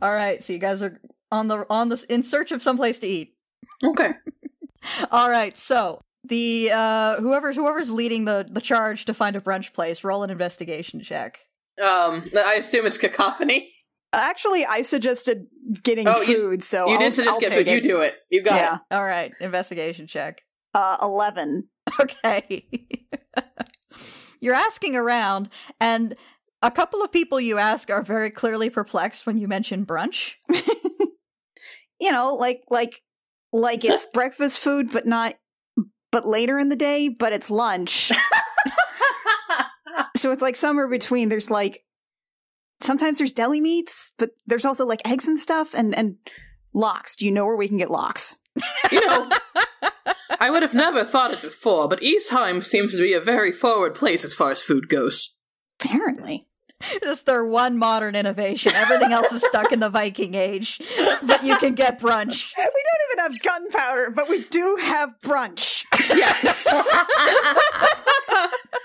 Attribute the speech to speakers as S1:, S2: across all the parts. S1: All right, so you guys are on the on the in search of some place to eat.
S2: Okay.
S1: All right, so the uh whoever whoever's leading the the charge to find a brunch place, roll an investigation check.
S2: Um, I assume it's cacophony.
S3: Actually, I suggested getting
S2: Oh, you-
S3: food, so
S2: you
S3: I'll,
S2: did suggest
S3: I'll
S2: get
S3: take
S2: food. You
S3: it.
S2: do it. You got
S3: yeah,
S2: it.
S1: All right, investigation check.
S3: uh, eleven.
S1: Okay. You're asking around and a couple of people you ask are very clearly perplexed when you mention brunch.
S3: You know, like like like it's breakfast food, but not but later in the day, but it's lunch. so it's like somewhere between. There's like sometimes there's deli meats, but there's also like eggs and stuff, and and locks. Do you know where we can get locks?
S2: You know, I would have never thought it before, but Eastheim seems to be a very forward place as far as food goes.
S3: Apparently.
S1: This is their one modern innovation. Everything else is stuck in the Viking age, but you can get brunch.
S3: We don't even have gunpowder, but we do have brunch.
S2: Yes.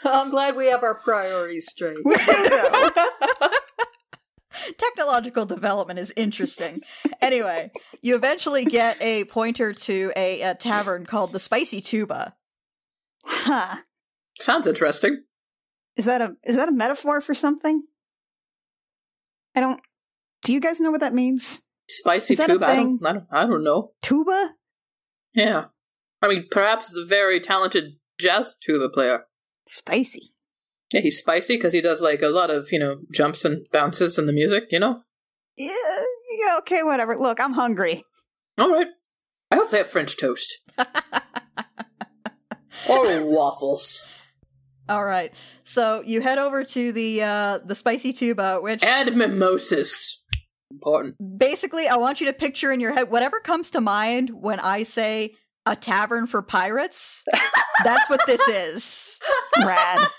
S4: I'm glad we have our priorities straight.
S3: We do though.
S1: Technological development is interesting. Anyway, you eventually get a pointer to a, a tavern called the Spicy Tuba.
S3: huh.
S2: Sounds interesting.
S3: Is that a is that a metaphor for something? I don't do you guys know what that means?
S2: Spicy
S3: Is that a
S2: tube. I
S3: thing?
S2: don't, I don't. I don't know.
S3: Tuba?
S2: Yeah. I mean, perhaps it's a very talented jazz tuba player.
S3: Spicy.
S2: Yeah, he's spicy because he does like a lot of you know jumps and bounces in the music. You know.
S3: Yeah, yeah, okay, whatever. Look, I'm hungry.
S2: All right. I hope they have French toast or waffles
S1: All right. So you head over to the uh the Spicy Tuba, which
S2: and mimosas. Important.
S1: basically i want you to picture in your head whatever comes to mind when i say a tavern for pirates that's what this is
S3: Rad.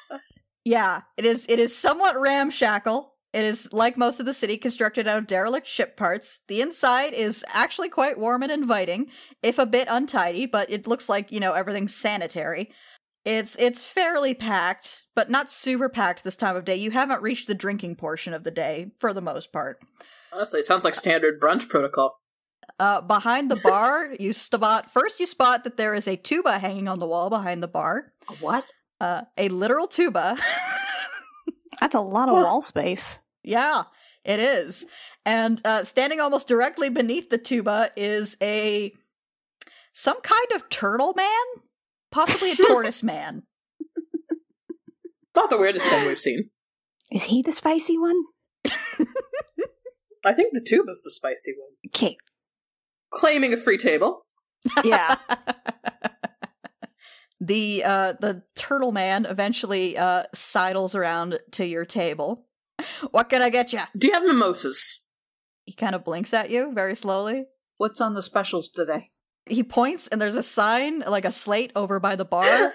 S1: yeah it is it is somewhat ramshackle it is like most of the city constructed out of derelict ship parts the inside is actually quite warm and inviting if a bit untidy but it looks like you know everything's sanitary it's it's fairly packed but not super packed this time of day you haven't reached the drinking portion of the day for the most part
S2: Honestly, it sounds like standard brunch protocol.
S1: Uh, behind the bar, you spot first. You spot that there is a tuba hanging on the wall behind the bar.
S4: What?
S1: Uh, a literal tuba.
S3: That's a lot of wall space.
S1: yeah, it is. And uh, standing almost directly beneath the tuba is a some kind of turtle man, possibly a tortoise man.
S2: Not the weirdest thing we've seen.
S3: Is he the spicy one?
S2: I think the tuba's the spicy one.
S3: Okay.
S2: Claiming a free table.
S3: Yeah.
S1: the uh the turtle man eventually uh sidles around to your table. What can I get you?
S2: Do you have mimosas?
S1: He kind of blinks at you very slowly.
S4: What's on the specials today?
S1: he points and there's a sign like a slate over by the bar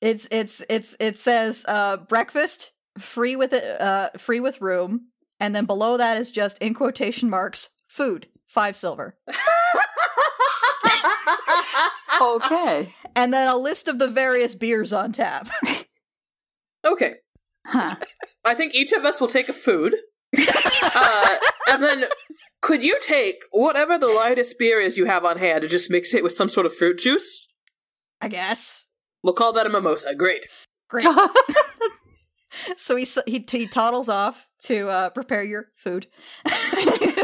S1: it's it's it's it says uh breakfast free with it uh free with room and then below that is just in quotation marks food five silver
S4: Okay.
S1: and then a list of the various beers on tap
S2: Okay.
S3: Huh.
S2: I think each of us will take a food. uh, and then could you take whatever the lightest beer is you have on hand and just mix it with some sort of fruit juice?
S1: i guess
S2: We'll call that a mimosa. Great.
S1: great so he s- he, t- he toddles off to uh prepare your food
S3: Wh-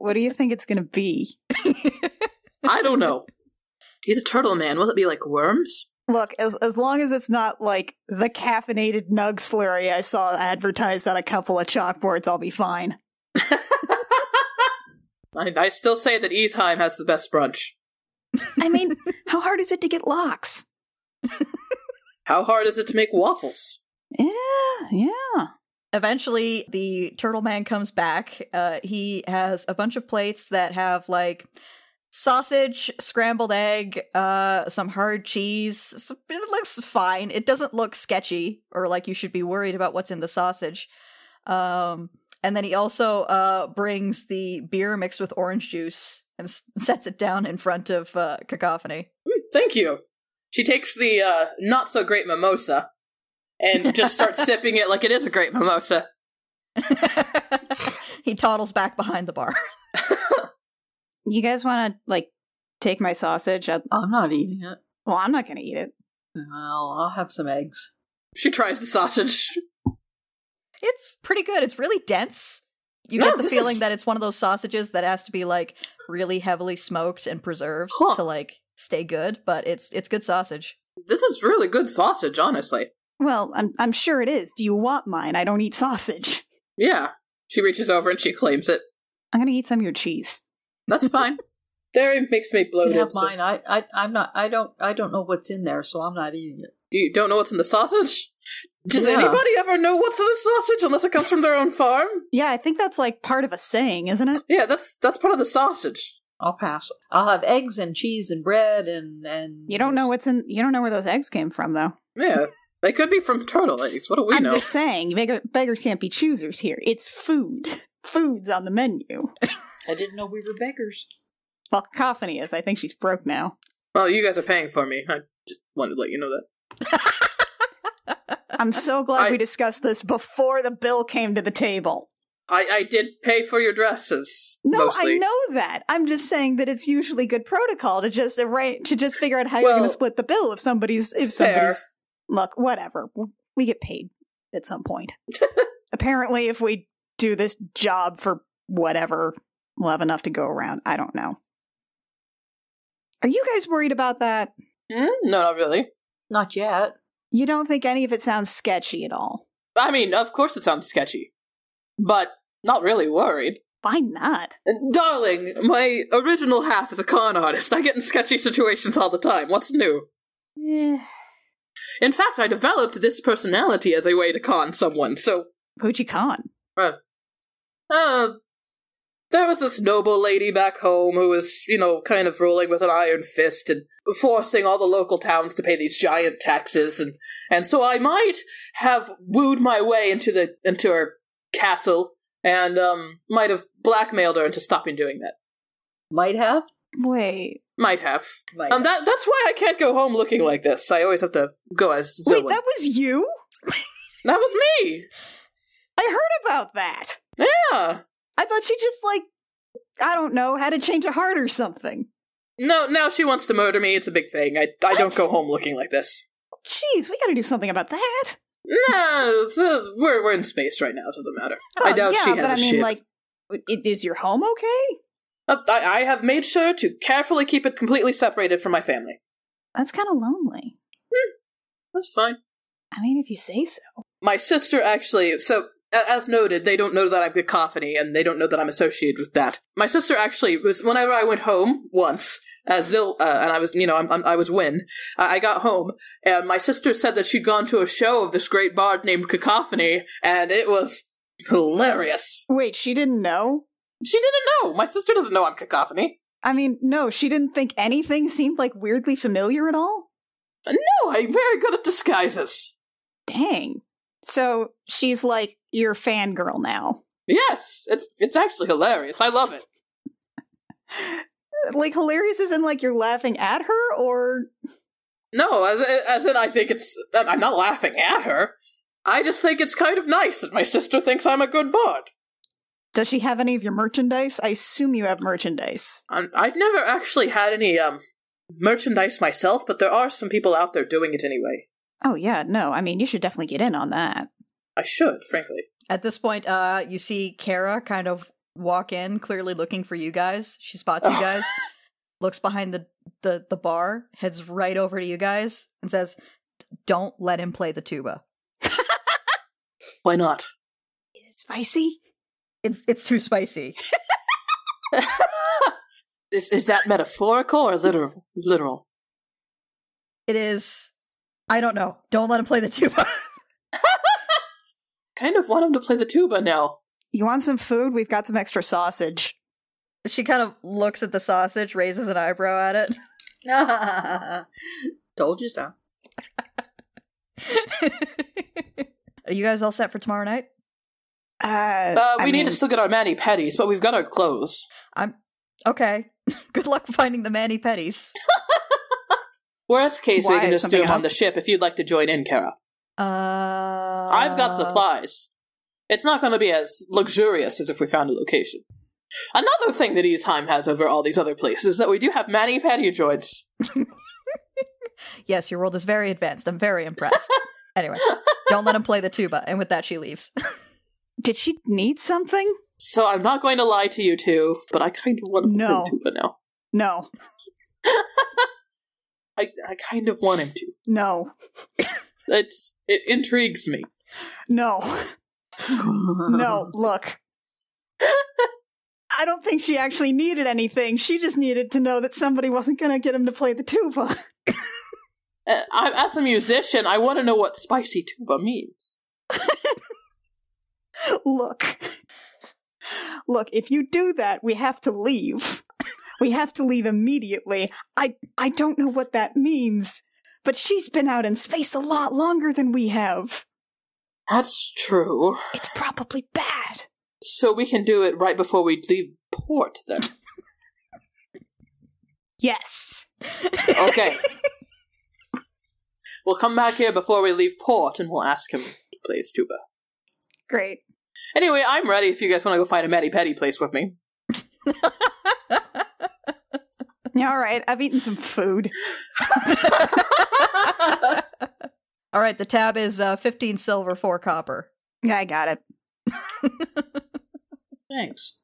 S3: What do you think it's gonna be?
S2: I don't know. He's a turtle man. Will it be like worms?
S3: Look, as as long as it's not like the caffeinated nug slurry I saw advertised on a couple of chalkboards, I'll be fine.
S2: I, I still say that Easheim has the best brunch.
S3: I mean, how hard is it to get locks?
S2: How hard is it to make waffles?
S3: Yeah, yeah.
S1: Eventually, the turtle man comes back. Uh, he has a bunch of plates that have like sausage, scrambled egg, uh, some hard cheese. S- It looks fine. It doesn't look sketchy or like you should be worried about what's in the sausage. Um, and then he also uh, brings the beer mixed with orange juice and s- sets it down in front of uh, Cacophony.
S2: Mm, Thank you. She takes the uh, not so great mimosa and just starts sipping it like it is a great mimosa.
S1: He toddles back behind the bar.
S3: You guys want to like take my sausage? I,
S4: I'm not eating it.
S3: well, I'm not going to eat it.
S4: Well, I'll have some eggs.
S2: She tries the sausage.
S1: It's pretty good. It's really dense. You
S2: No,
S1: get the
S2: this
S1: feeling
S2: is-
S1: that it's one of those sausages that has to be like really heavily smoked and preserved
S2: Huh.
S1: to like stay good, but it's it's good sausage.
S2: This is really good sausage, honestly.
S3: Well, I'm I'm sure it is. Do you want mine? I don't eat sausage.
S2: Yeah. She reaches over and she claims it.
S3: I'm going to eat some of your cheese.
S2: That's fine. Dairy makes me
S4: You can
S2: bloated.
S4: have
S2: so-
S4: mine. I, I, I'm not. I don't. I don't know what's in there, so I'm not eating it.
S2: You don't know what's in the sausage? Does
S4: Yeah.
S2: anybody ever know what's in the sausage unless it comes from their own farm?
S3: Yeah, I think that's like part of a saying, isn't it?
S2: Yeah, that's that's part of the sausage.
S4: I'll pass. I'll have eggs and cheese and bread and and.
S3: You don't know what's in. You don't know where those eggs came from, though.
S2: Yeah. They could be from turtle eggs. What do we
S3: I'm
S2: know?
S3: just saying, beg- beggars can't be choosers here. It's food. Food's on the menu.
S4: I didn't know we were beggars.
S3: Well, Cacophony is. I think she's broke now.
S2: Well, you guys are paying for me. I just wanted to let you know that.
S3: I'm so glad
S2: I-
S3: we discussed this before the bill came to the table.
S2: I, I did pay for your dresses.
S3: No,
S2: mostly.
S3: I know that. I'm just saying that it's usually good protocol to just arrange to just figure out how you're
S2: Well,
S3: going to split the bill if somebody's if
S2: fair.
S3: somebody's look whatever. We get paid at some point. Apparently, if we do this job for whatever, we'll have enough to go around. I don't know. Are you guys worried about that?
S2: Mm, no, not really.
S4: Not yet.
S3: You don't think any of it sounds sketchy at all?
S2: I mean, of course it sounds sketchy, but not really worried.
S3: Why not?
S2: Darling, my original half is a con artist. I get in sketchy situations all the time. What's new?
S3: Eh.
S2: In fact, I developed this personality as a way to con someone, so.
S3: Who'd you con?
S2: Uh. There was this noble lady back home who was, you know, kind of ruling with an iron fist and forcing all the local towns to pay these giant taxes, and, and so I might have wooed my way into the into her castle and um might have blackmailed her into stopping doing that.
S4: Might have.
S3: Wait.
S2: Might have.
S4: Might.
S2: Um, that that's why I can't go home looking like this. I always have to go as Zoe.
S3: Wait, that was you?
S2: that was me.
S3: I heard about that.
S2: Yeah.
S3: I thought she just like I don't know, had a change of heart or something.
S2: No, now she wants to murder me. It's a big thing. I I don't
S3: What?
S2: go home looking like this.
S3: Jeez, we gotta do something about that.
S2: No, it's, uh, we're we're in space right now. It doesn't matter. I
S3: Oh,
S2: doubt
S3: yeah,
S2: she
S3: but
S2: has a
S3: I mean,
S2: ship.
S3: like, it, is your home okay?
S2: Uh, I, I have made sure to carefully keep it completely separated from my family.
S3: That's kind of lonely.
S2: That's fine.
S3: I mean, if you say so.
S2: My sister actually. So a- as noted, they don't know that I'm cacophony, and they don't know that I'm associated with that. My sister actually was whenever I went home once. As Zil, uh, and I was, you know, I'm, I'm, I was Win. I I got home, and my sister said that she'd gone to a show of this great bard named Cacophony, and it was hilarious.
S3: Wait, she didn't know.
S2: She didn't know. My sister doesn't know I'm Cacophony.
S3: I mean, no, she didn't think anything seemed like weirdly familiar at all.
S2: No, I'm very good at disguises.
S3: Dang. So she's like your fangirl now.
S2: Yes, it's it's actually hilarious. I love it.
S3: Like hilarious is in like you're laughing at her, or
S2: No, as as in I think it's I'm not laughing at her. I just think it's kind of nice that my sister thinks I'm a good bard.
S3: does she have any of your merchandise? I assume you have merchandise.
S2: i I've never actually had any um merchandise myself, but there are some people out there doing it anyway.
S3: Oh yeah, no. I mean, you should definitely get in on that.
S2: I should, frankly.
S1: At this point, uh, you see Kara kind of walk in, clearly looking for you guys. She spots you
S2: Oh.
S1: guys, looks behind the, the, the bar, heads right over to you guys, and says, Don't let him play the tuba.
S2: Why not?
S3: Is it spicy?
S1: It's it's too spicy.
S2: is is that metaphorical or literal? Literal.
S1: It is I don't know. Don't let him play the tuba.
S2: Kind of want him to play the tuba now.
S3: You want some food? We've got some extra sausage.
S1: she kind of looks at the sausage, raises an eyebrow at it.
S4: Told you so.
S1: Are you guys all set for tomorrow night?
S3: Uh,
S2: Uh, we
S3: I
S2: need
S3: mean,
S2: to still get our mani petties, but we've got our clothes.
S1: Okay. Good luck finding the Manny Petties.
S2: Worst case,
S3: Why,
S2: we can
S3: is
S2: just do
S3: something
S2: them on
S3: up?
S2: the ship if you'd like to join in, Kara.
S1: Uh,
S2: I've got supplies. It's not going to be as luxurious as if we found a location. Another thing that Eastheim has over all these other places is that we do have mani patty joints.
S1: Yes, your world is very advanced. I'm very impressed. anyway, don't let him play the tuba. And with that, she leaves.
S3: Did she need something?
S2: So I'm not going to lie to you two, but I kind of want to
S3: No.
S2: him to, but now
S3: No,
S2: I, I kind of want him to.
S3: no,
S2: It's it intrigues me.
S3: no, no. Look. I don't think she actually needed anything. She just needed to know that somebody wasn't going to get him to play the tuba.
S2: Uh, I, as a musician, I want to know what spicy tuba means.
S3: Look. Look, if you do that, we have to leave. We have to leave immediately. I I don't know what that means, but she's been out in space a lot longer than we have.
S2: That's true.
S3: It's probably bad.
S2: So we can do it right before we leave port, then.
S3: Yes.
S2: Okay. we'll come back here before we leave port, and we'll ask him to play his tuba.
S3: Great.
S2: Anyway, I'm ready if you guys want to go find a Matty Petty place with me.
S3: All right, I've eaten some food.
S1: All right, the tab is uh, 15 silver, 4 copper.
S3: Yeah, I got it.
S2: Thanks.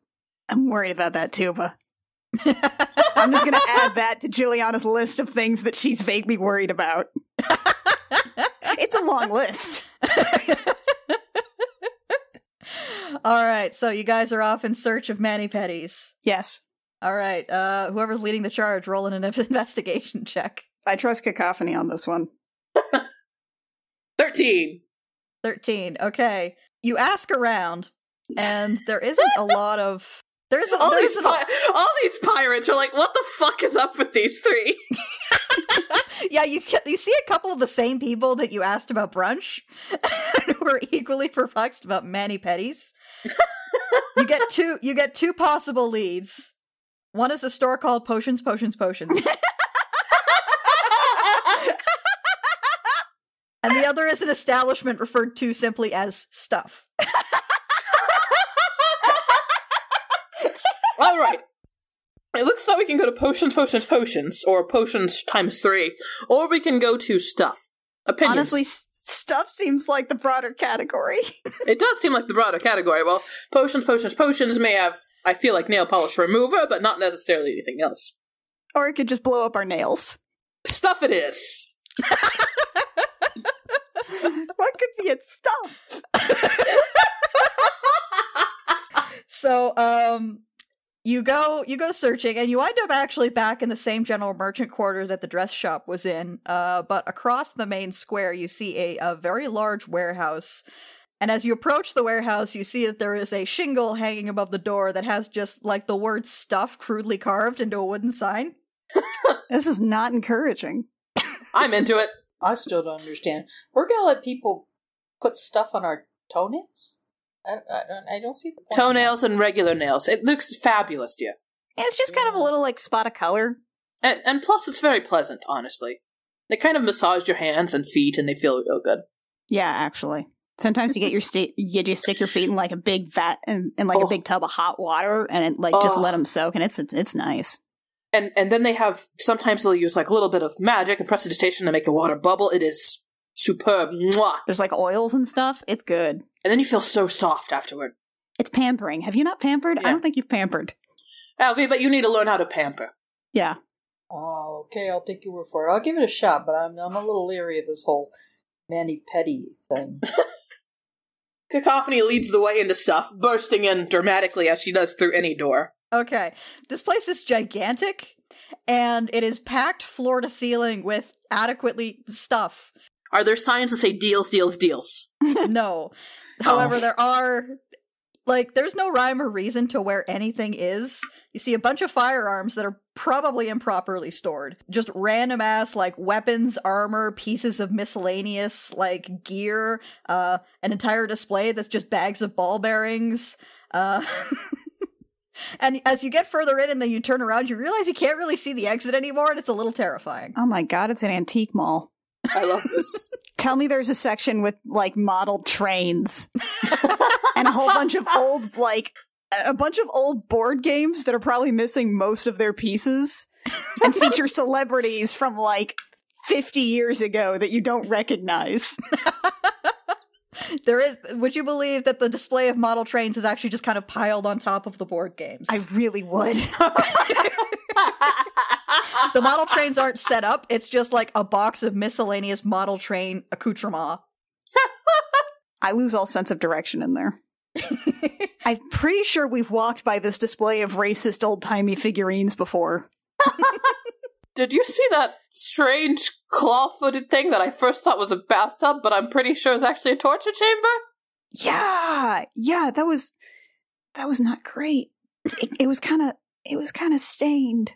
S3: I'm worried about that tuba. I'm just going to add that to Juliana's list of things that she's vaguely worried about. It's a long list.
S1: All right, so you guys are off in search of Manny Petties.
S3: Yes.
S1: All right, uh, whoever's leading the charge, rolling an investigation check.
S3: I trust cacophony on this one.
S2: 13.
S1: 13. Okay. You ask around, and there isn't a lot of. There isn't,
S2: All
S1: there
S2: these,
S1: isn't a,
S2: pi- all these pirates are like, what the fuck is up with these three?
S1: yeah, you ca- you see a couple of the same people that you asked about brunch, and who are equally perplexed about Manny Petties. you get two. You get two possible leads. One is a store called Potions, Potions, Potions, and the other is an establishment referred to simply as Stuff.
S2: All right. It looks like we can go to potions, potions, potions, or potions times three, or we can go to stuff. Opinions.
S3: Honestly, s- stuff seems like the broader category.
S2: it does seem like the broader category. Well, potions, potions, potions may have, I feel like, nail polish remover, but not necessarily anything else.
S3: or it could just blow up our nails.
S2: Stuff it is.
S3: What could be its stuff?
S1: so um you go you go searching and you wind up actually back in the same general merchant quarter that the dress shop was in uh but across the main square you see a, a very large warehouse and as you approach the warehouse you see that there is a shingle hanging above the door that has just like the word stuff crudely carved into a wooden sign
S3: This is not encouraging.
S2: I'm into it.
S4: I still don't understand. We're gonna let people put stuff on our toenails. I, I don't. I don't see the point.
S2: Toenails and regular nails. It looks fabulous, dear.
S3: It's just kind of a little like spot of color.
S2: And, and plus, it's very pleasant, honestly. They kind of massage your hands and feet, and they feel real good.
S3: Yeah, actually. Sometimes you get your sta- you just stick your feet in like a big vat and in like
S2: Oh.
S3: a big tub of hot water and it, like just
S2: Oh.
S3: let them soak and it's it's, it's nice.
S2: And and then they have sometimes they'll use like a little bit of magic and prestidigitation to make the water bubble. It is superb, Mwah!
S3: There's like oils and stuff. It's good.
S2: and then you feel so soft afterward.
S3: It's pampering. Have you not pampered?
S2: Yeah.
S3: I don't think you've pampered.
S2: Alvi, but you need to learn how to pamper.
S3: Yeah.
S4: Oh, okay. I'll take your word for it. I'll give it a shot, but I'm I'm a little leery of this whole mani petty thing.
S2: Cacophony leads the way into stuff, bursting in dramatically as she does through any door.
S1: Okay. This place is gigantic and it is packed floor to ceiling with adequately stuff.
S2: Are there signs that say deals, deals, deals?
S1: no. However, there are like there's no rhyme or reason to where anything is. You see a bunch of firearms that are probably improperly stored. Just random ass like weapons, armor, pieces of miscellaneous like gear, uh an entire display that's just bags of ball bearings. Uh And as you get further in and then you turn around, you realize you can't really see the exit anymore, and it's a little terrifying.
S3: Oh my god, it's an antique mall.
S2: I love this.
S3: Tell me there's a section with like modeled trains. and a whole bunch of old like a bunch of old board games that are probably missing most of their pieces and feature celebrities from like 50 years ago that you don't recognize.
S1: There is. Would you believe that the display of model trains is actually just kind of piled on top of the board games?
S3: I really would.
S1: the model trains aren't set up. It's just like a box of miscellaneous model train accoutrement.
S3: I lose all sense of direction in there. I'm pretty sure we've walked by this display of racist old timey figurines before.
S2: Did you see that strange claw footed thing that I first thought was a bathtub, but I'm pretty sure is actually a torture chamber?
S3: Yeah, yeah, that was that was not great. It, it was kind of it was kind of stained.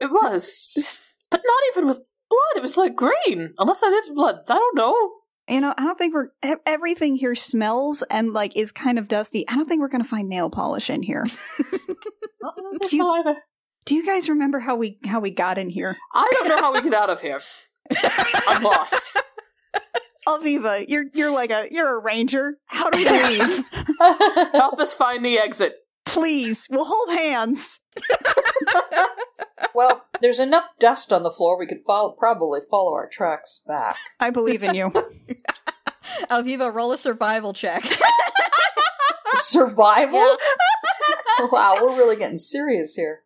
S2: It was. but not even with blood, it was like green. Unless that is blood, I don't know.
S3: You know, I don't think we're e- everything here smells and like is kind of dusty. I don't think we're gonna find nail polish in here.
S2: I don't think
S3: Do you-
S2: so either.
S3: Do you guys remember how we how we got in here?
S2: I don't know how we get out of here. I'm lost.
S3: Alviva, you're you're like a you're a ranger. How do we leave?
S2: Help us find the exit.
S3: Please, we'll hold hands.
S4: well, there's enough dust on the floor. We could follow, probably follow our tracks back.
S3: I believe in you.
S1: Alviva, roll a survival check.
S4: Survival. wow, we're really getting serious here.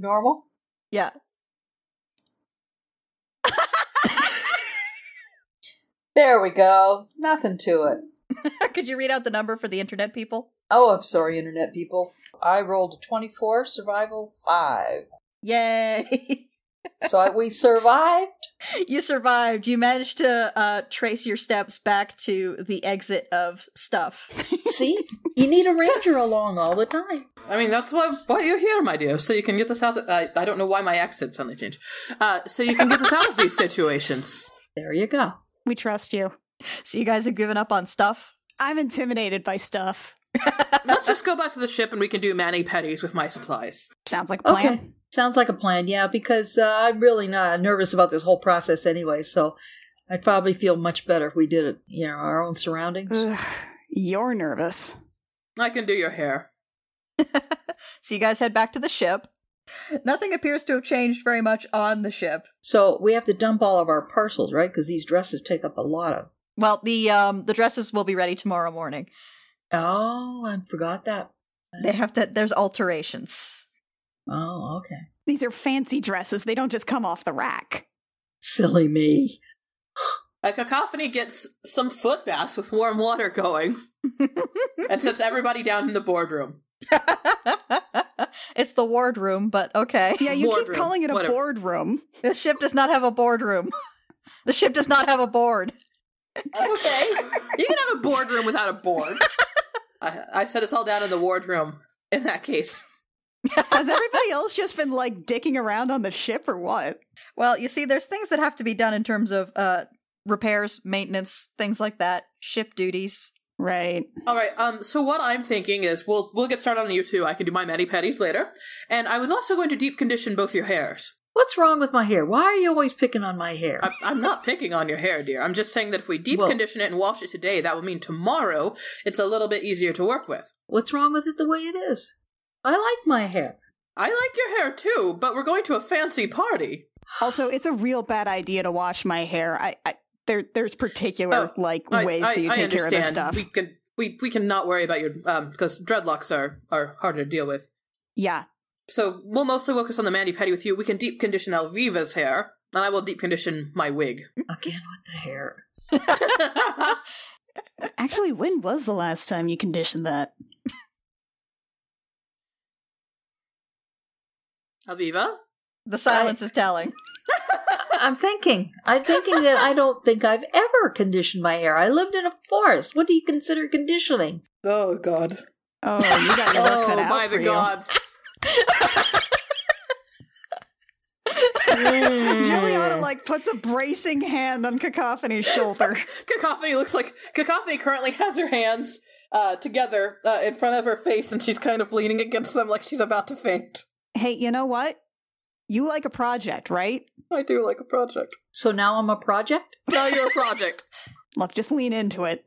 S4: Normal.
S1: yeah.
S4: There we go. Nothing to it.
S1: Could you read out the number for the internet people?
S4: Oh, I'm sorry, internet people. I rolled a 24, survival 5.
S1: Yay!
S4: So I, we survived.
S1: you survived. You managed to uh, trace your steps back to the exit of stuff.
S4: See? You need a ranger along all the time.
S2: I mean, that's why, why you're here, my dear, so you can get us out. Of, I, I don't know why my accent suddenly changed. Uh, so you can get us out of these situations.
S4: There you go.
S3: We trust you.
S1: So you guys have given up on stuff.
S3: I'm intimidated by stuff.
S2: Let's just go back to the ship and we can do mani petties with my supplies.
S3: Sounds like a plan.
S4: Okay. Sounds like a plan, yeah, because uh, I'm really not nervous about this whole process anyway, so I'd probably feel much better if we did it, you know, our own surroundings.
S3: Ugh, you're nervous.
S2: I can do your hair.
S1: So you guys head back to the ship. Nothing appears to have changed very much on the ship.
S4: So we have to dump all of our parcels, right? Because these dresses take up a lot of.
S1: Well, the um the dresses will be ready tomorrow morning.
S4: Oh, I forgot that.
S1: They have to there's alterations.
S4: Oh, okay.
S3: These are fancy dresses. They don't just come off the rack.
S4: Silly me.
S2: A cacophony gets some foot baths with warm water going and sets everybody down in the boardroom.
S1: it's the wardroom, but okay.
S3: Yeah, you keep
S2: Boardroom,
S3: calling it a
S2: whatever.
S3: boardroom.
S1: This ship does not have a boardroom. the ship does not have a board.
S2: Okay, you can have a boardroom without a board. I, I set us all down in the wardroom. In that case,
S3: Has everybody else just been like dicking around on the ship or what?
S1: Well, you see, there's things that have to be done in terms of uh, repairs, maintenance, things like that, ship duties.
S3: Right.
S2: All right. Um. So what I'm thinking is we'll we'll get started on you two. I can do my mani petties later, and I was also going to deep condition both your hairs.
S4: What's wrong with my hair? Why are you always picking on my hair?
S2: I, I'm not picking on your hair, dear. I'm just saying that if we deep
S4: Well-
S2: condition it and wash it today, that will mean tomorrow it's a little bit easier to work with.
S4: What's wrong with it the way it is? I like my hair.
S2: I like your hair too, but we're going to a fancy party.
S3: Also, it's a real bad idea to wash my hair. I, I there there's particular
S2: Oh,
S3: like
S2: I-
S3: ways
S2: I,
S3: that you
S2: I
S3: take care of this
S2: understand.
S3: stuff.
S2: We can we we cannot worry about your um because dreadlocks are are harder to deal with.
S3: yeah.
S2: So we'll mostly focus on the mani petty with you. We can deep condition Elviva's hair, and I will deep condition my wig.
S4: Again with the hair.
S3: Actually, when was the last time you conditioned that?
S2: Aviva?
S1: The silence is telling.
S4: I'm thinking. I'm thinking that I don't think I've ever conditioned my hair. I lived in a forest. What do you consider conditioning?
S2: Oh, God.
S3: Oh, you got your work
S2: Oh,
S3: cut out
S2: by
S3: for
S2: the
S3: you.
S2: gods.
S3: Hmm. Juliana like puts a bracing hand on Cacophony's shoulder.
S2: Cacophony looks like. Cacophony currently has her hands uh, together uh, in front of her face, and she's kind of leaning against them like she's about to faint.
S3: hey, you know what? You like a project, right?
S2: I do like a project.
S4: So now I'm a project?
S2: Now you're a project.
S3: Look, just lean into it.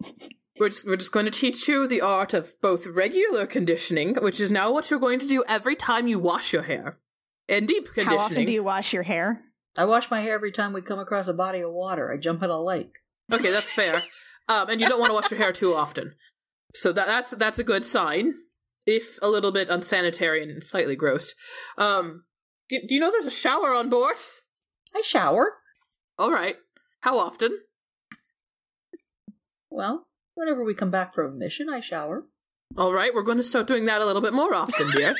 S2: We're just, we're just going to teach you the art of both regular conditioning, which is now what you're going to do every time you wash your hair, and deep conditioning.
S3: How often do you wash your hair?
S4: I wash my hair every time we come across a body of water. I jump in a lake.
S2: okay, that's fair. Um, and you don't want to wash your hair too often. So that, that's that's a good sign, if a little bit unsanitary and slightly gross. Um, y- do you know there's a shower on board?
S4: I shower.
S2: All right. How often?
S4: Well, whenever we come back from a mission, I shower.
S2: All right, we're going to start doing that a little bit more often, dear.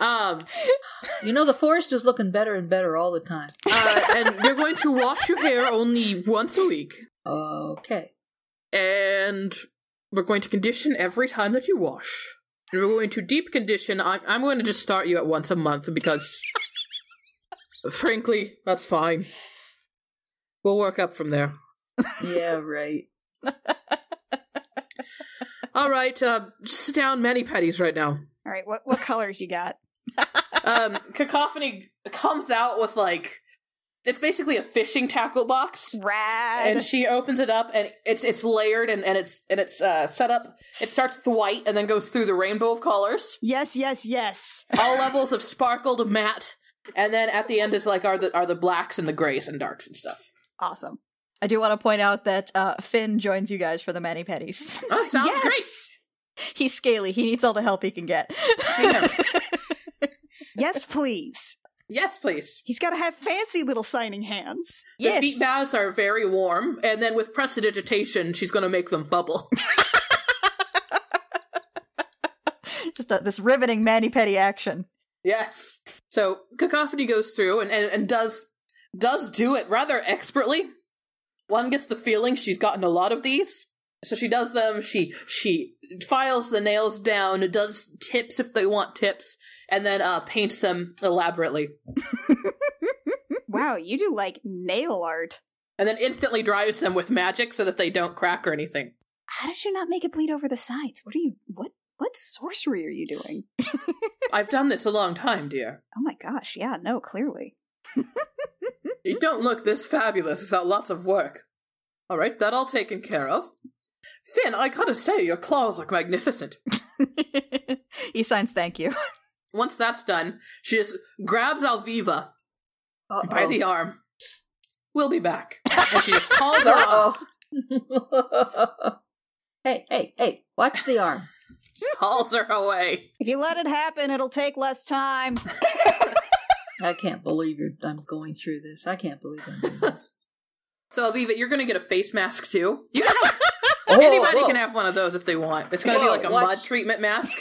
S2: um,
S4: You know, the forest is looking better and better all the time.
S2: uh, and you're going to wash your hair only once a week,
S4: Okay.
S2: and we're going to condition every time that you wash. And we're going to deep condition. I'm, I'm going to just start you at once a month because, frankly, that's fine. We'll work up from there.
S4: Yeah, right.
S2: All right, uh, just sit down, many petties right now.
S3: All right, what what colors you got?
S2: Um, Cacophony comes out with like it's basically a fishing tackle box.
S3: Rad.
S2: and she opens it up and it's it's layered and, and it's and it's uh, set up it starts with white and then goes through the rainbow of colors
S3: yes, yes, yes.
S2: all levels of sparkled matte and then at the end is like are the are the blacks and the grays and darks and stuff
S3: Awesome.
S1: I do want to point out that uh, Finn joins you guys for the mani pedis.
S2: oh sounds
S3: yes!
S1: He's scaly. He needs all the help he can get.
S2: great
S3: yes, please.
S2: yes please
S3: He's got to have fancy little signing hands.
S2: the feet baths are very warm and then with prestidigitation she's going to make them bubble
S1: Just uh, this riveting mani pedi action.
S2: yes so cacophony goes through and, and and does does do it rather expertly one gets the feeling she's gotten a lot of these so she does them she she files the nails down does tips if they want tips and then uh paints them elaborately
S3: Wow, you do like nail art.
S2: and then instantly dries them with magic so that they don't crack or anything
S3: How did you not make it bleed over the sides? What are you what what sorcery are you doing?
S2: i've done this a long time dear
S3: Oh my gosh, yeah, no, clearly.
S2: you don't look this fabulous without lots of work all right that all taken care of finn i gotta say your claws look magnificent
S1: he signs thank you.
S2: Once that's done, she just grabs Alviva
S4: Uh-oh.
S2: by the arm. We'll be back. And she just calls her off.
S4: hey, hey, hey, watch the arm.
S2: Just hauls her away.
S3: If you let it happen, it'll take less time.
S4: I can't believe you're, I'm going through this. I can't believe I'm doing this.
S2: So Alviva, you're gonna get a face mask too. You can have,
S4: Oh,
S2: anybody
S4: whoa.
S2: can have one of those if they want. It's gonna be
S4: Whoa,
S2: like a
S4: what?
S2: mud treatment mask.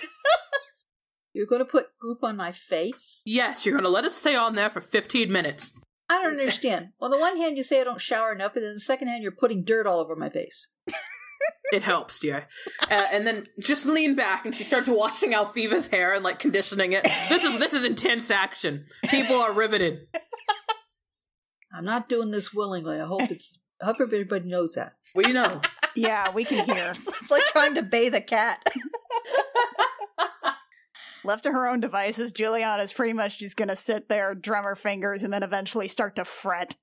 S4: You're going to put goop on my face?
S2: Yes, you're gonna let it stay on there for 15 minutes.
S4: I don't understand. On the one hand, you say I don't shower enough, and then the second hand, you're putting dirt all over my face.
S2: It helps, dear. Uh, and then just lean back, and she starts washing Alviva's hair and like conditioning it. This is this is intense action. People are riveted.
S4: I'm not doing this willingly. I hope it's. I hope everybody knows that.
S2: We know.
S3: yeah, we can hear.
S1: It's, it's like trying to bathe a cat.
S3: Left to her own devices, Juliana's pretty much just gonna sit there, drum her fingers, and then eventually start to fret.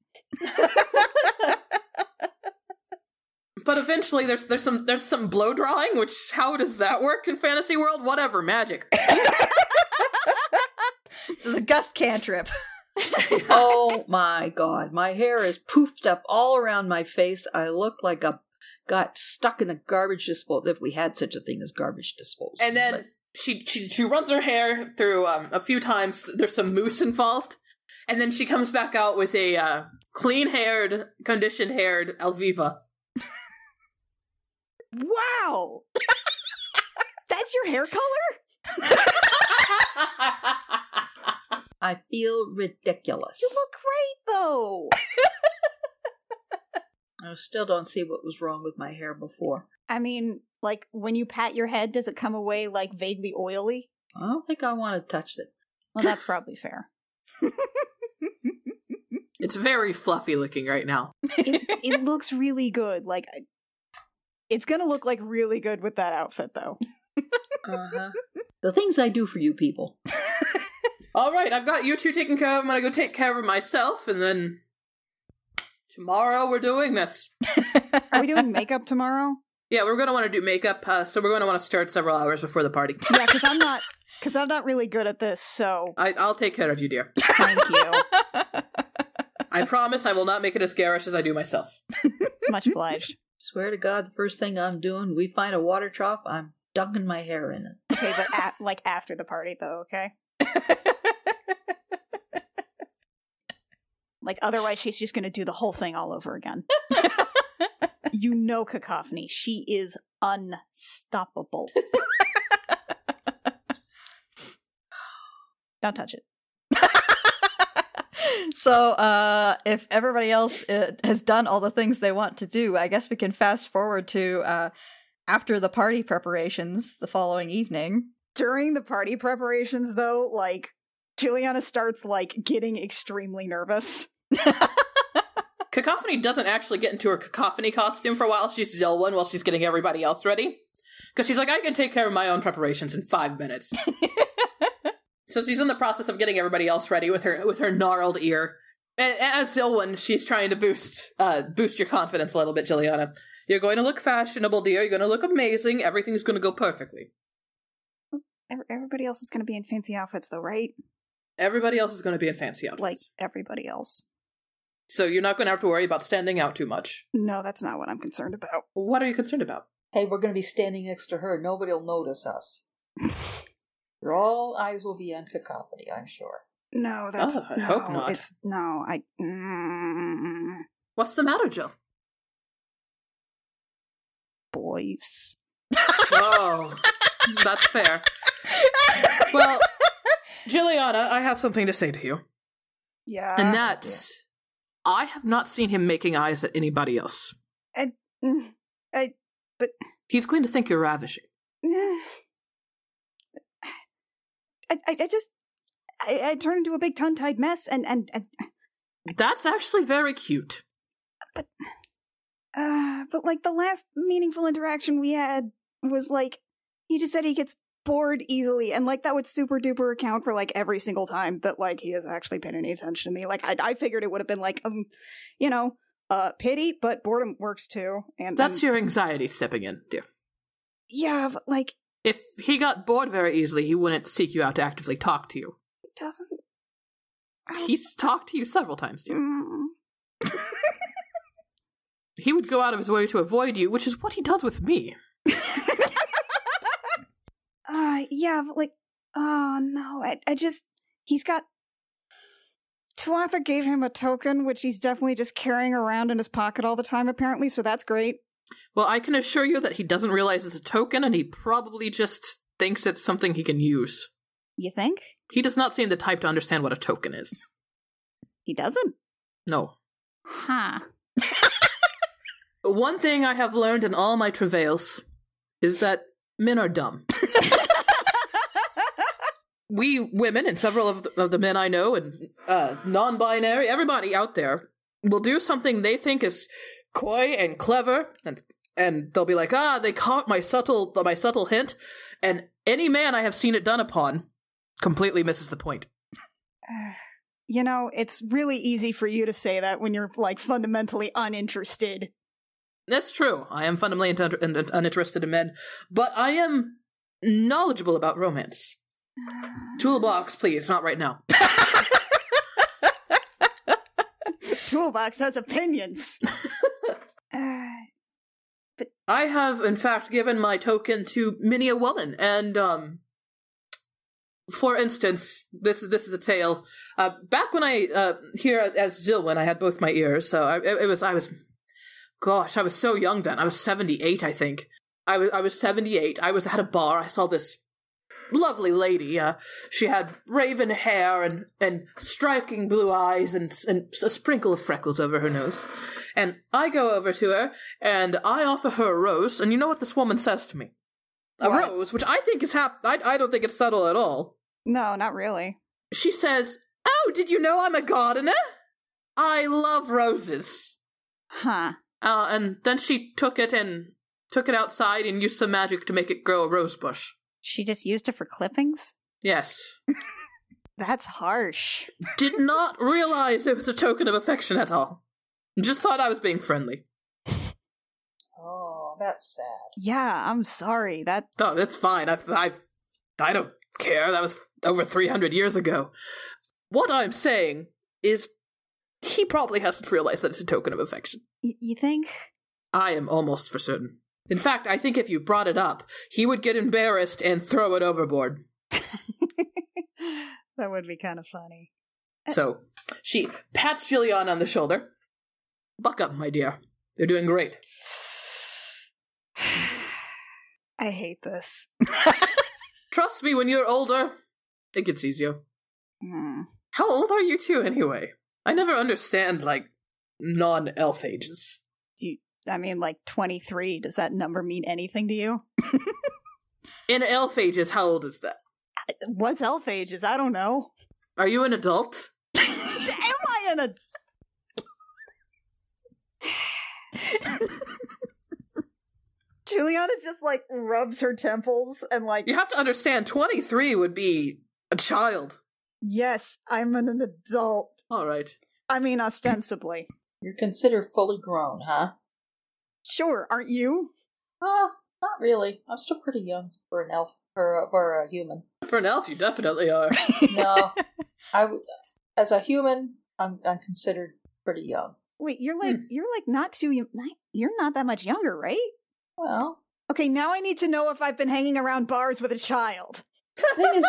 S2: But eventually, there's there's some there's some blow drawing. Which how does that work in fantasy world? Whatever, magic.
S1: This is a gust cantrip.
S4: Oh my god, my hair is poofed up all around my face. I look like a got stuck in a garbage disposal. If we had such a thing as garbage disposal,
S2: And then she she she runs her hair through um, a few times. There's some mousse involved, and then she comes back out with a uh, clean haired, conditioned haired Elviva.
S3: Wow! That's your hair color?
S4: But I feel ridiculous.
S3: You look great though!
S4: I still don't see what was wrong with my hair before.
S3: I mean, like when you pat your head, does it come away like vaguely oily?
S4: I don't think I want to touch it.
S3: Well, that's probably fair.
S2: it's very fluffy looking right now.
S3: It, it looks really good. Like, I- it's gonna look like really good with that outfit, though.
S4: Uh-huh. the things I do for you people.
S2: All right, I've got you two taken care of. I'm gonna go take care of myself, and then Tomorrow we're doing this.
S3: Are we doing makeup tomorrow?
S2: Yeah, we're going to want to do makeup, uh, so we're going to want to start several hours before the party.
S3: Yeah, because I'm not because I'm not really good at this. So
S2: I, I'll take care of you, dear.
S3: thank you,
S2: I promise I will not make it as garish as I do myself.
S3: much obliged.
S4: Swear to God, the first thing I'm doing, we find a water trough, I'm dunking my hair in it.
S3: Okay, but a- like after the party though, okay? Like otherwise, she's just going to do the whole thing all over again. you know, cacophony. She is unstoppable. Don't touch it.
S1: so uh if everybody else uh, has done all the things they want to do i guess we can fast forward to uh after the party preparations the following evening
S3: during the party preparations though like juliana starts like getting extremely nervous
S2: Cacophony doesn't actually get into her cacophony costume for a while. She's Zelwyn while she's getting everybody else ready. Because she's like, I can take care of my own preparations in five minutes. so she's in the process of getting everybody else ready with her with her gnarled ear. And as Zilwyn, she's trying to boost uh, boost your confidence a little bit, Juliana. You're going to look fashionable, dear. You're going to look amazing. Everything's going to go perfectly.
S3: Ev- everybody else is going to be in fancy outfits though right
S2: Everybody else is going to be in fancy outfits.
S3: like everybody else
S2: so you're not going to have to worry about standing out too much.
S3: no that's not what i'm concerned about
S2: What are you concerned about?
S4: Hey, we're going to be standing next to her. Nobody will notice us. Your all eyes will be on Cacophony, I'm sure.
S3: no that's
S2: Oh, I
S3: no,
S2: hope not.
S3: it's no i mm,
S2: What's the matter, Jill?
S3: boys
S2: Oh, that's fair. Well, Juliana, I have something to say to you.
S3: yeah
S2: And that's I have not seen him making eyes at anybody else.
S3: Mm,
S2: He's going to think you're ravishing.
S3: I, I, I just I, I turn into a big tongue-tied mess and and, and
S2: That's actually very cute.
S3: Uh, but like the last meaningful interaction we had was like he just said he gets bored easily and like that would super duper account for like every single time that like he has actually paid any attention to me like i, I figured it would have been like um you know uh pity but boredom works too and
S2: That's
S3: and-
S2: your anxiety stepping in, dear.
S3: yeah but like
S2: If he got bored very easily, he wouldn't seek you out to actively talk to you.
S3: it doesn't I don't-
S2: He's talked to you several times, dear.
S3: Mm,
S2: He would go out of his way to avoid you, which is what he does with me.
S3: uh yeah but like oh no i, I just he's got Tuatha gave him a token, which he's definitely just carrying around in his pocket all the time, apparently, so that's great.
S2: Well, I can assure you that he doesn't realize it's a token, and he probably just thinks it's something he can use.
S3: You think?
S2: He does not seem the type to understand what a token is.
S3: He doesn't.
S2: No.
S3: Huh.
S2: One thing I have learned in all my travails is that men are dumb. we women and several of the, of the men I know and uh, non-binary, everybody out there will do something they think is coy and clever, and and they'll be like, ah, they caught my subtle my subtle hint, and any man I have seen it done upon completely misses the point.
S3: You know, it's really easy for you to say that when you're like fundamentally uninterested.
S2: That's true. I am fundamentally inter- un- un- uninterested in men, but I am knowledgeable about romance. Toolbox, please, not right now.
S3: Toolbox has opinions. uh,
S2: I have, in fact, given my token to many a woman, and um, for instance, this is this is a tale. Uh, back when I uh, here as Jilwyn, I had both my ears, so I, it, it was I was, gosh, I was so young then. I was seventy eight, I think. I was I was seventy eight. I was at a bar. I saw this lovely lady. Uh, she had raven hair and and striking blue eyes and and a sprinkle of freckles over her nose. And I go over to her and I offer her a rose. And you know what this woman says to me? A
S3: What?
S2: rose, which I think is hap- I, I don't think it's subtle at all.
S3: no, not really.
S2: She says, "Oh, did you know I'm a gardener? I love roses."
S3: Huh.
S2: Uh, and then she took it and took it outside and used some magic to make it grow a rose bush.
S3: She just used it for clippings?
S2: Yes,
S3: That's harsh.
S2: did not realize it was a token of affection at all. Just thought I was being friendly.
S4: Oh, that's sad.
S3: Yeah, I'm sorry. That
S2: No, that's fine. I, I, I don't care. That was over 300 years ago. What I'm saying is he probably hasn't realized that it's a token of affection.
S3: y- you think?
S2: I am almost for certain. In fact, I think if you brought it up, he would get embarrassed and throw it overboard.
S3: that would be kind of funny.
S4: Uh,
S2: So she pats Jillian on the shoulder. Buck up, my dear. You're doing great.
S3: I hate this.
S2: Trust me, when you're older, it gets easier.
S3: Hmm.
S2: How old are you two anyway? I never understand, like, non elf ages.
S3: I mean, like 23. Does that number mean anything to you?
S2: In elf ages, how old is that?
S3: What's elf ages? I don't know.
S2: Are you an adult?
S3: Am I in a. Juliana just like rubs her temples and like,
S2: You have to understand, 23 would be a child.
S3: yes, I'm an an adult.
S2: Alright.
S3: I mean, ostensibly.
S4: You're considered fully grown, huh?
S3: Sure, aren't you?
S4: Ah, not really. I'm still pretty young for an elf, for, for a human.
S2: For an elf, you definitely are.
S4: No, I would. As a human, I'm, I'm considered pretty young.
S3: Wait, you're like you're like not too y- not- you're not that much younger, right?
S4: Well,
S3: Okay, now I need to know if I've been hanging around bars with a child.
S4: the thing is,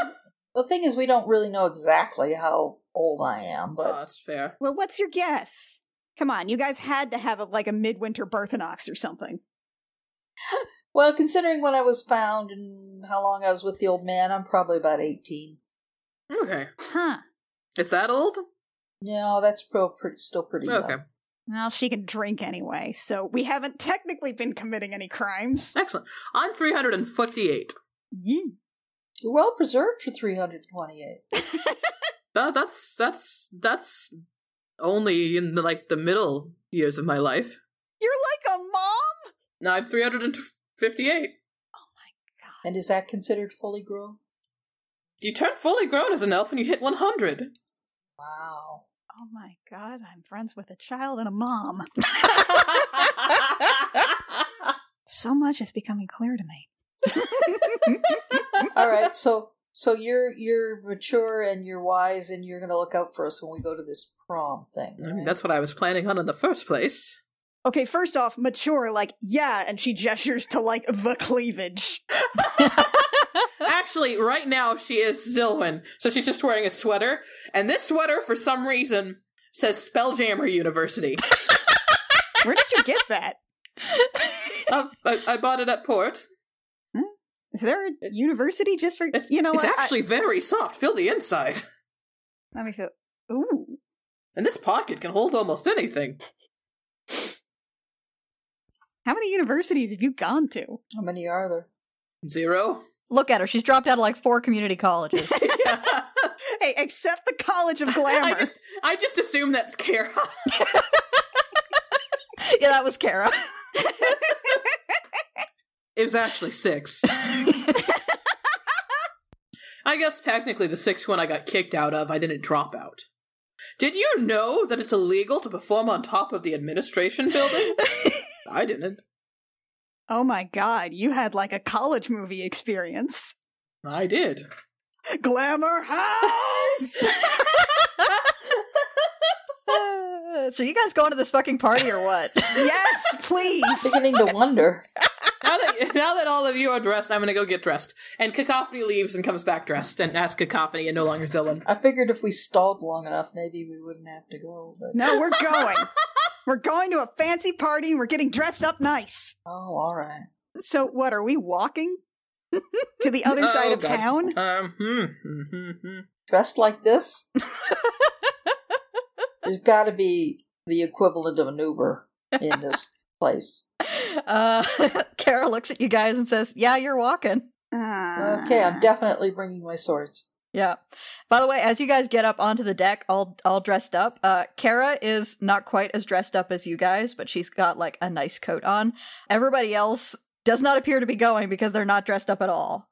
S4: the thing is, we don't really know exactly how old I am,
S2: oh,
S4: but
S2: that's fair.
S3: Well, what's your guess? Come on, you guys had to have a, like a midwinter Berthinox or something.
S4: well, considering when I was found and how long I was with the old man, I'm probably about eighteen.
S2: Okay.
S3: Huh.
S2: Is that old?
S4: No, that's pro, pretty, still pretty young.
S2: Okay.
S3: Well, she can drink anyway, so we haven't technically been committing any crimes.
S2: Excellent. I'm 358.
S3: Ye-
S4: You're well preserved for 328.
S2: That, that's that's that's only in the, like the middle years of my life.
S3: You're like a mom?
S2: Now I'm 358.
S4: And is that considered fully grown?
S2: You turn fully grown as an elf and you hit 100.
S4: Wow.
S3: Oh my god, I'm friends with a child and a mom. So much is becoming clear to me.
S4: All right, so so you're you're mature and you're wise and you're going to look out for us when we go to this prom thing.
S2: I mean,
S4: right?
S2: Mm-hmm, that's what I was planning on in the first place.
S3: Okay, first off, mature, like, yeah, and she gestures to like the cleavage.
S2: Actually, right now she is Zilwin, so she's just wearing a sweater, and this sweater, for some reason, says Spelljammer University.
S3: Where did you get that?
S2: Um, I, I bought it at port.
S3: Is there a university just for
S2: It-
S3: you know
S2: it's
S3: what? I-
S2: actually very soft. Feel the inside,
S3: let me feel. Ooh,
S2: and this pocket can hold almost anything.
S3: how many universities have you gone to?
S4: How many are there?
S2: Zero.
S1: Look at her. She's dropped out of like four community colleges.
S3: Hey, except the College of Glamour.
S2: I just, I just assume that's Kara.
S1: yeah, that was Kara.
S2: It was actually six. I guess technically the sixth one I got kicked out of, I didn't drop out. Did you know that it's illegal to perform on top of the administration building? I didn't.
S3: Oh my god, you had like a college movie experience.
S2: I did.
S3: Glamour House.
S1: so you guys going to this fucking party or what?
S3: yes, please.
S4: Beginning to wonder.
S2: Now that, now that all of you are dressed, I'm gonna go get dressed. And Cacophony leaves and comes back dressed and asks Cacophony and no longer Zillin.
S4: I figured if we stalled long enough, maybe we wouldn't have to go. But
S3: No, we're going. We're going to a fancy party and we're getting dressed up nice.
S4: oh, all right.
S3: So what are we walking to the other
S2: Oh,
S3: side of
S2: God.
S3: town?
S2: Um, hmm, hmm, hmm, hmm.
S4: Dressed like this, there's got to be the equivalent of an Uber in this place.
S1: Uh, Kara looks at you guys and says, "Yeah, you're walking."
S4: Okay,
S3: Ah,
S4: I'm definitely bringing my swords.
S1: Yeah. By the way, as you guys get up onto the deck, all all dressed up, uh, Kara is not quite as dressed up as you guys, but she's got like a nice coat on. Everybody else does not appear to be going because they're not dressed up at all.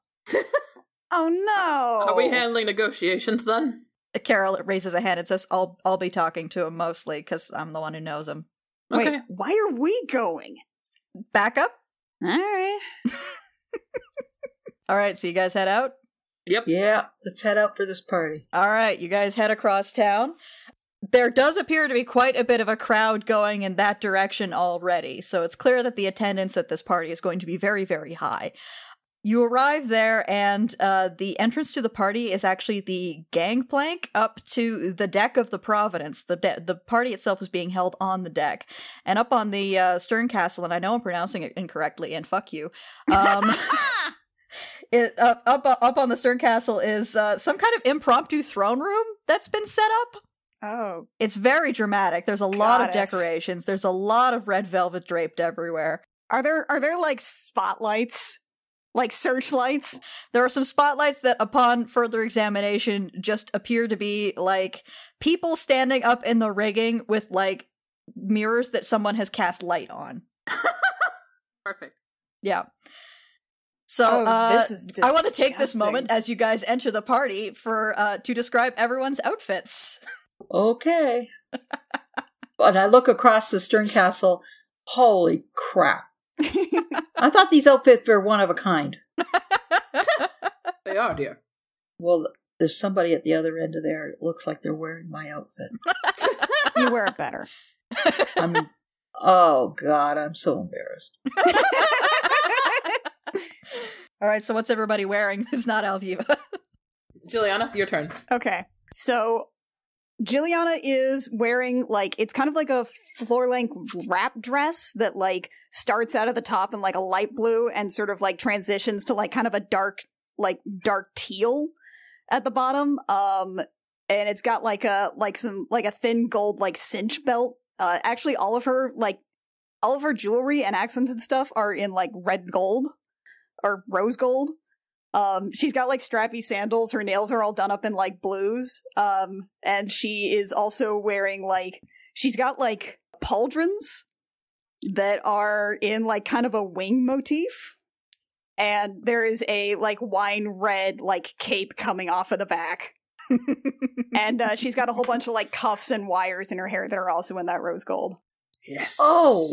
S3: Oh no.
S2: Are we handling negotiations then?
S1: Kara raises a hand and says, "I'll I'll be talking to him mostly because I'm the one who knows him."
S2: Okay.
S3: Wait, why are we going?
S1: Back up.
S3: All right.
S1: All right, so you guys head out.
S2: Yep.
S4: Yeah, let's head out for this party.
S1: All right, you guys head across town. There does appear to be quite a bit of a crowd going in that direction already, so it's clear that the attendance at this party is going to be very, very high. You arrive there, and uh, the entrance to the party is actually the gangplank up to the deck of the Providence. The de- the party itself is being held on the deck, and up on the uh, stern castle. And I know I'm pronouncing it incorrectly, and fuck you. Um, it, up up up on the stern castle is uh, some kind of impromptu throne room that's been set up.
S3: Oh,
S1: It's very dramatic. There's a lot of
S3: Goddess.
S1: decorations. There's a lot of red velvet draped everywhere.
S3: are there are there like spotlights, like searchlights?
S1: There are some spotlights that, upon further examination, just appear to be like people standing up in the rigging with like mirrors that someone has cast light on.
S2: Perfect.
S1: Yeah. So
S3: oh,
S1: uh,
S3: this is.
S1: I want to take this moment
S3: disgusting.
S1: as you guys enter the party for uh, to describe everyone's outfits.
S4: Okay. but I look across the stern castle. Holy crap. I thought these outfits were one of a kind.
S2: They are, dear.
S4: Well, there's somebody at the other end of there. It looks like they're wearing my outfit.
S3: you wear it better.
S4: I'm. oh God, I'm so embarrassed.
S1: All right, so what's everybody wearing? It's not Alviva.
S2: Juliana, your turn.
S3: Okay. So Juliana is wearing like it's kind of like a floor length wrap dress that like starts out of the top in like a light blue and sort of like transitions to like kind of a dark like dark teal at the bottom. Um and it's got like a like some like a thin gold like cinch belt. Uh actually all of her like all of her jewelry and accents and stuff are in like red gold or rose gold. Um, she's got like strappy sandals. Her nails are all done up in like blues. Um, and she is also wearing like she's got like pauldrons that are in like kind of a wing motif. And there is a like wine red like cape coming off of the back. and uh, she's got a whole bunch of like cuffs and wires in her hair that are also in that rose gold.
S2: Yes.
S4: Oh.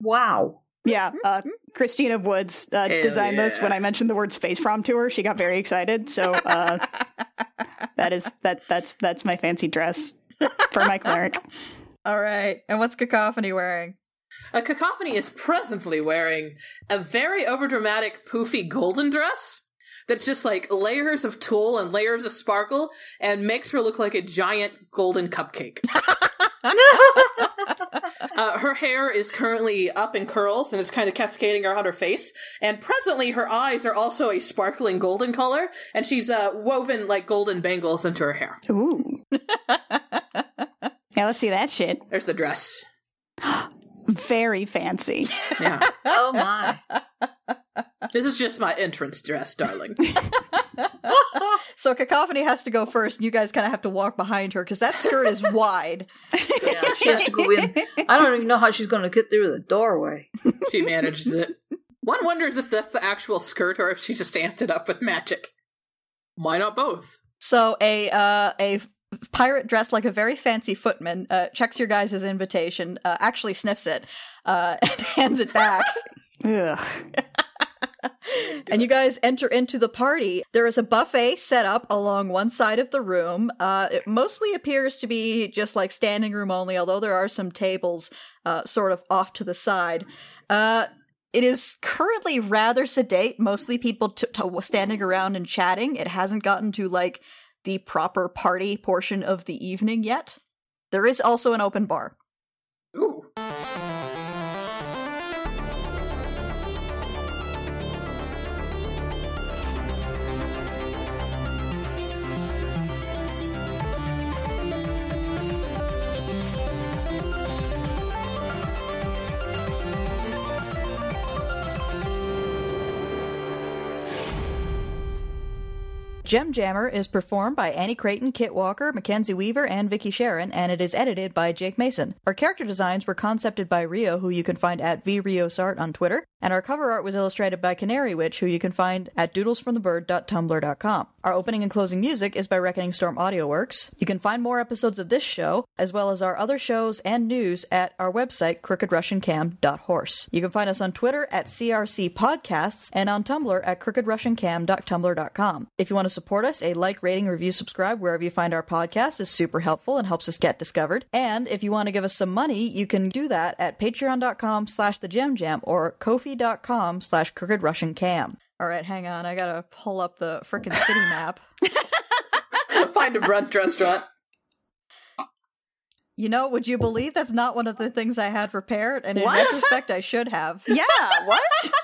S4: Wow.
S3: Yeah, uh, Christina Woods uh,
S2: Hell
S3: designed this.
S2: yeah.
S3: When I mentioned the word space prom to her, she got very excited. So uh, that is that that's that's my fancy dress for my cleric.
S1: All right, and what's Cacophony wearing?
S2: A cacophony is presently wearing a very overdramatic, poofy golden dress that's just like layers of tulle and layers of sparkle and makes her look like a giant golden cupcake. Uh, her hair is currently up in curls and it's kind of cascading around her face. And presently, her eyes are also a sparkling golden color, and she's uh, woven like golden bangles into her hair.
S3: Ooh, now let's see that shit.
S2: There's the dress.
S3: Very fancy.
S2: Yeah.
S4: oh my.
S2: this is just my entrance dress, darling.
S1: so Cacophony has to go first, and you guys kind of have to walk behind her because that skirt is wide.
S4: Yeah, she has to go in. I don't even know how she's going to get through the doorway.
S2: she manages it. One wonders if that's the actual skirt or if she just amped it up with magic. Why not both?
S1: So a uh, a pirate dressed like a very fancy footman uh, checks your guys' invitation, uh, actually sniffs it, uh, and hands it back.
S3: Ugh.
S1: and you guys enter into the party. There is a buffet set up along one side of the room. Uh, it mostly appears to be just like standing room only, although there are some tables uh, sort of off to the side. Uh, it is currently rather sedate, mostly people t- t- standing around and chatting. It hasn't gotten to like the proper party portion of the evening yet. There is also an open bar.
S2: Ooh.
S1: Gem Jammer is performed by Annie Creighton, Kit Walker, Mackenzie Weaver, and Vicky Sharon, and it is edited by Jake Mason. Our character designs were concepted by Rio, who you can find at vriosart on Twitter, and our cover art was illustrated by Canary Witch, who you can find at doodlesfromthebird.tumblr.com. Our opening and closing music is by Reckoning Storm Audio Works. You can find more episodes of this show, as well as our other shows and news, at our website, crookedrussiancam.horse. You can find us on Twitter at CRC Podcasts and on Tumblr at crookedrussiancam.tumblr.com. If you want to support us, a like, rating, review, subscribe wherever you find our podcast is super helpful and helps us get discovered. And if you want to give us some money, you can do that at patreon.com slash the Gem Jam or ko-fi.com slash crooked Russian cam. All right, hang on. I gotta pull up the frickin' city map.
S2: Find a brunch restaurant.
S1: You know, would you believe that's not one of the things I had prepared? And in
S3: What?
S1: retrospect, I should have.
S3: Yeah, what?